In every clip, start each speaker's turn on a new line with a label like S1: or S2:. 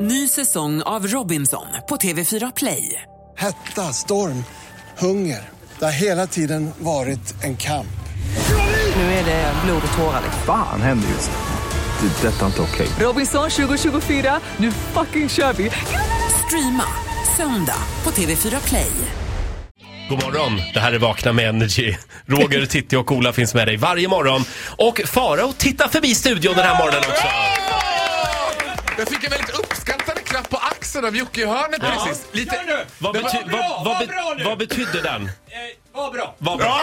S1: Ny säsong av Robinson på TV4 Play.
S2: Hetta, storm, hunger. Det har hela tiden varit en kamp.
S1: Nu är det blod och tårar.
S3: Fan händer just nu. Det. är Detta är inte okej.
S1: Robinson 2024, nu fucking kör vi! Streama söndag på TV4 Play.
S4: God morgon, det här är Vakna med Energy. Roger, Titti och Ola finns med dig varje morgon. Och Farao tittar förbi studion den här morgonen också.
S5: Jag fick en väldigt uppskattande klapp på axeln av Jocke i hörnet precis. Lite...
S6: Kör nu!
S4: Vad,
S5: Det var
S4: bety-
S6: bra,
S4: vad, vad,
S6: vad
S4: be-
S6: bra nu.
S4: vad betydde den?
S6: Eh, vad bra!
S4: Vad bra.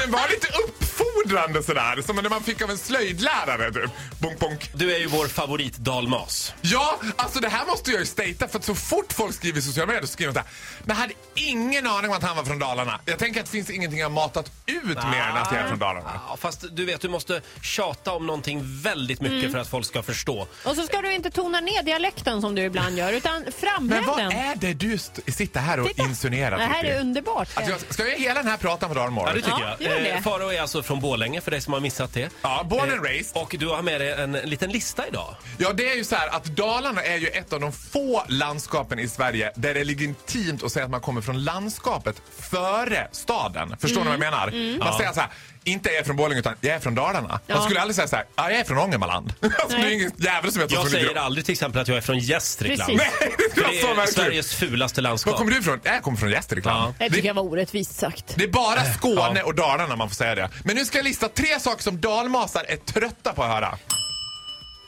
S5: Den var lite uppfordrande sådär, som när man fick av en slöjdlärare typ. Bonk, bonk.
S4: Du är ju vår favorit dalmas.
S5: Ja, alltså det här måste jag ju statea för att så fort folk skriver i sociala medier så skriver de så här. Men jag hade ingen aning om att han var från Dalarna. Jag tänker att det finns ingenting jag har matat ut mer än att jag är från Dalarna.
S4: Ja, fast du vet, du måste tjata om någonting väldigt mycket för att folk ska förstå.
S7: Och så ska du inte tona ner dialekten som du ibland gör, utan
S5: Men
S7: framhäv
S5: vad
S7: den.
S5: är det du st- sitter här och
S7: Titta.
S5: insinuerar?
S7: Det här
S5: Titti?
S7: är underbart.
S5: Att jag, ska jag hela den här pratan på dagen
S4: Ja,
S5: imorgon?
S4: det tycker
S7: Ja, gör
S4: jag.
S7: det.
S4: Farao är alltså från Borlänge för dig som har missat det.
S5: Ja, born and raised.
S4: Och du har med dig en liten lista idag.
S5: Ja, det är ju så här att Dalarna är ju ett av de få landskapen i Sverige där det ligger intimt att säga att man kommer från landskapet före staden. Förstår ni
S7: Mm.
S5: vad jag menar? Man säger så här, inte jag är från Borlänge utan jag är från Dalarna.
S7: Ja.
S5: Man skulle aldrig säga så här, ja, jag är från Ångermanland. alltså, det är
S7: Nej.
S5: ingen jävel som vet vad
S4: Jag
S5: som
S4: säger
S5: ligger
S4: aldrig till exempel att jag är från Gästrikland.
S7: Precis.
S5: Nej, det
S4: För det
S5: är
S4: är
S5: så verkligen.
S4: Sveriges fulaste landskap.
S5: Var kommer du ifrån? Jag kommer från Gästrikland.
S4: Ja.
S7: Det
S5: Det-
S7: tycker jag var orättvist sagt.
S5: det är bara
S4: Eh,
S5: Skåne och Dalarna man får säga det. Men nu ska jag lista tre saker som dalmasar är trötta på att höra.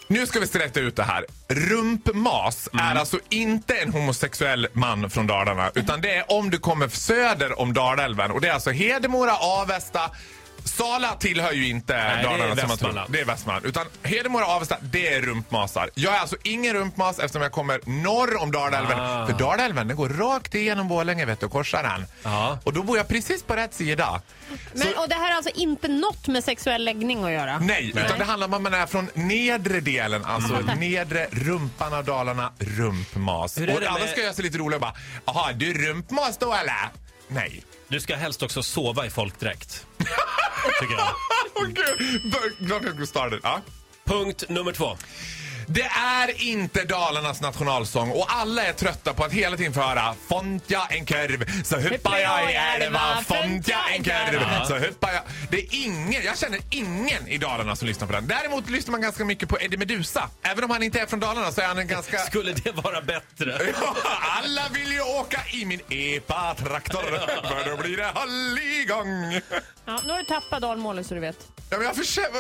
S5: Nu ska vi sträcka ut det här. Rumpmas är
S4: Mm.
S5: alltså inte en homosexuell man från Dalarna. Utan det är om du kommer söder om Dalälven. Och det är alltså Hedemora, Avesta. Sala tillhör ju inte
S4: Nej, det är
S5: Dalarna som man tror.
S4: Västmanland.
S5: Det är Västmanland. Utan Hedemora och Avesta, det är rumpmasar. Jag är alltså ingen rumpmas eftersom jag kommer norr om Dalälven.
S4: Ah.
S5: För Dalälven, den går rakt igenom Borlänge vet du, och korsar den.
S4: Ja.
S5: Och då bor jag precis på rätt sida.
S7: Men, och det här har alltså inte något med sexuell läggning att göra?
S5: Nej, utan det handlar om att man är från nedre delen, alltså nedre rumpan av Dalarna, rumpmas.
S4: Mm. Hur är
S5: och
S4: det
S5: alla
S4: med-
S5: ska göra sig lite roliga och bara, jaha, du är rumpmas då eller? Nej.
S4: Du ska helst också sova i folkdräkt. Tycker jag.
S5: Åh gud, glad att jag skulle starta det. Ja.
S4: Punkt nummer två.
S5: Det är inte Dalarnas nationalsång och alla är trötta på att hela tiden få höra Fontja en kurv så huppar jag i älva Fontja en kurv så huppar jag Det är ingen, jag känner ingen i Dalarna som lyssnar på den. Däremot lyssnar man ganska mycket på Eddie Meduza. Även om han inte är från Dalarna så är han en ganska...
S4: Skulle det vara bättre?
S5: Ja, Alla vill ju åka i min epa-traktor för då blir det halligång.
S7: Ja, nu har du tappat dalmålet så du vet.
S5: Ja, men jag försöker...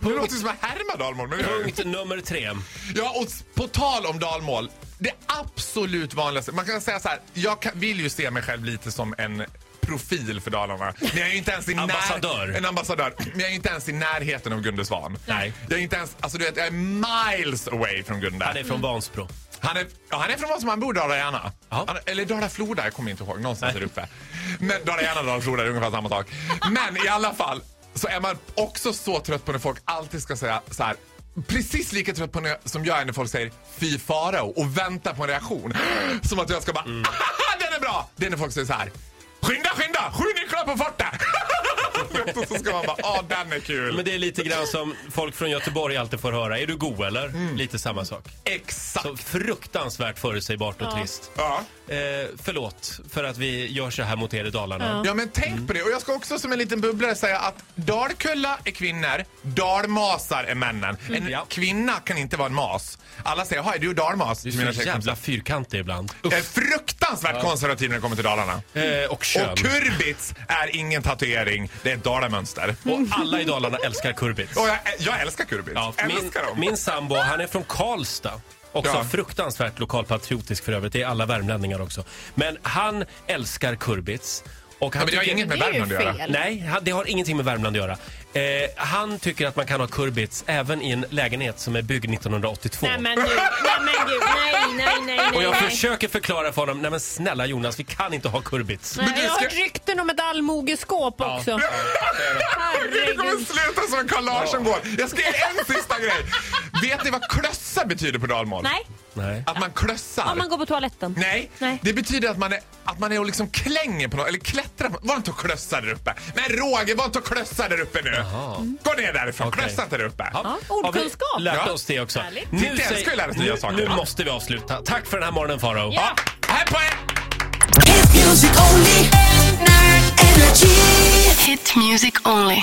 S5: Det låter som att härma dalmål, men det gör jag inte.
S4: Punkt nummer tre.
S5: Ja, och s- på tal om dalmål. Det absolut vanligaste. Man kan säga så här, jag kan, vill ju se mig själv lite som en profil för Dalarna. Men jag är ju inte ens i när-
S4: Ambassadör.
S5: En ambassadör. Men jag är ju inte ens i närheten av Gunde Svan.
S4: Nej.
S5: Jag är inte ens, alltså du vet, jag är miles away från Gunde.
S4: Han är från Vansbro.
S5: Han är, ja, han är från vad som han bor, Dala-Järna.
S4: Ja.
S5: Han- Eller Dala-Floda, jag kommer inte ihåg. Någonstans där uppe. Men Dala-Järna och Dala-Floda är ungefär samma sak. Men i alla fall så är man också så trött på när folk alltid ska säga så här. Precis lika trött på när, som jag är när folk säger fy farao och väntar på en reaktion. Som att jag ska bara
S4: Mm.
S5: "Ahaha, den är bra! Det är när folk säger så här. Skynda, skynda! Sju nycklar på farten! och så ska man bara, ja den är kul.
S4: Men det är lite grann som folk från Göteborg alltid får höra. Är du god eller? Lite samma sak.
S5: Mm. Exakt!
S4: Så fruktansvärt förutsägbart och trist.
S5: Ja.
S4: Eh, förlåt för att vi gör så här mot er i Dalarna.
S5: Ja men tänk på det. Och jag ska också som en liten bubblare säga att Dalkulla är kvinnor, dalmasar är männen. En
S4: Mm. Ja.
S5: kvinna kan inte vara en mas. Alla säger, "Jaha, är du dalmas?
S4: Du
S5: Till mina
S4: är så
S5: tjejkompisar.
S4: jävla fyrkantig ibland.
S5: Jag är fruktansvärt konservativ när det kommer till Dalarna.
S4: Eh, och kön.
S5: Och kurbits är ingen tatuering, det är ett dalamönster.
S4: Och alla i Dalarna älskar kurbits.
S5: Och jag, jag älskar kurbits.
S4: Mm. Ja, min,
S5: älskar dem.
S4: min sambo, han är från Karlstad. Också
S5: Ja.
S4: fruktansvärt lokalpatriotisk för övrigt. Det är alla värmlänningar också. Men han älskar kurbits. Och han
S5: Ja, men det har
S4: tycker-
S5: inget med
S7: Det är ju
S5: Värmland att göra.
S7: fel.
S4: Nej, han- det har ingenting med Värmland att göra. Eh, han tycker att man kan ha kurbits även i en lägenhet som är byggd 1982.
S7: Nej men gud, nej men gud, nej nej nej nej.
S4: Och jag
S7: nej.
S4: försöker förklara för honom, nej men snälla Jonas, vi kan inte ha kurbits.
S7: Nej,
S5: Men du
S7: jag har
S5: ska-
S7: hört rykten om ett allmogeskåp också.
S5: Det kommer
S7: Herregud.
S5: sluta som en Carl Larsson går. Jag ska ge en sista grej. Vet ni vad klössa betyder på dalmål?
S7: Nej,
S4: Nej.
S5: Att man klössar.
S7: om man går på toaletten.
S5: Nej.
S7: liksom. Nej.
S5: det betyder att man är, att man är och liksom klänger på något, eller klättrar på Var inte och klössa där uppe. Men Roger, var inte och klössa där uppe nu. Gå ner därifrån,
S4: Okej.
S5: klössa inte där uppe.
S4: Ja,
S7: ordkunskap.
S4: Har vi lärt
S5: Ja.
S4: oss det också.
S7: Härligt.
S5: Titta, jag
S4: säger-
S5: ska ju lära oss nya saker.
S4: Nu, nu måste vi avsluta. Tack för den här morgonen Farao.
S7: Ja.
S5: Här på er!
S6: Hit music only. Energy.
S8: Hit music only.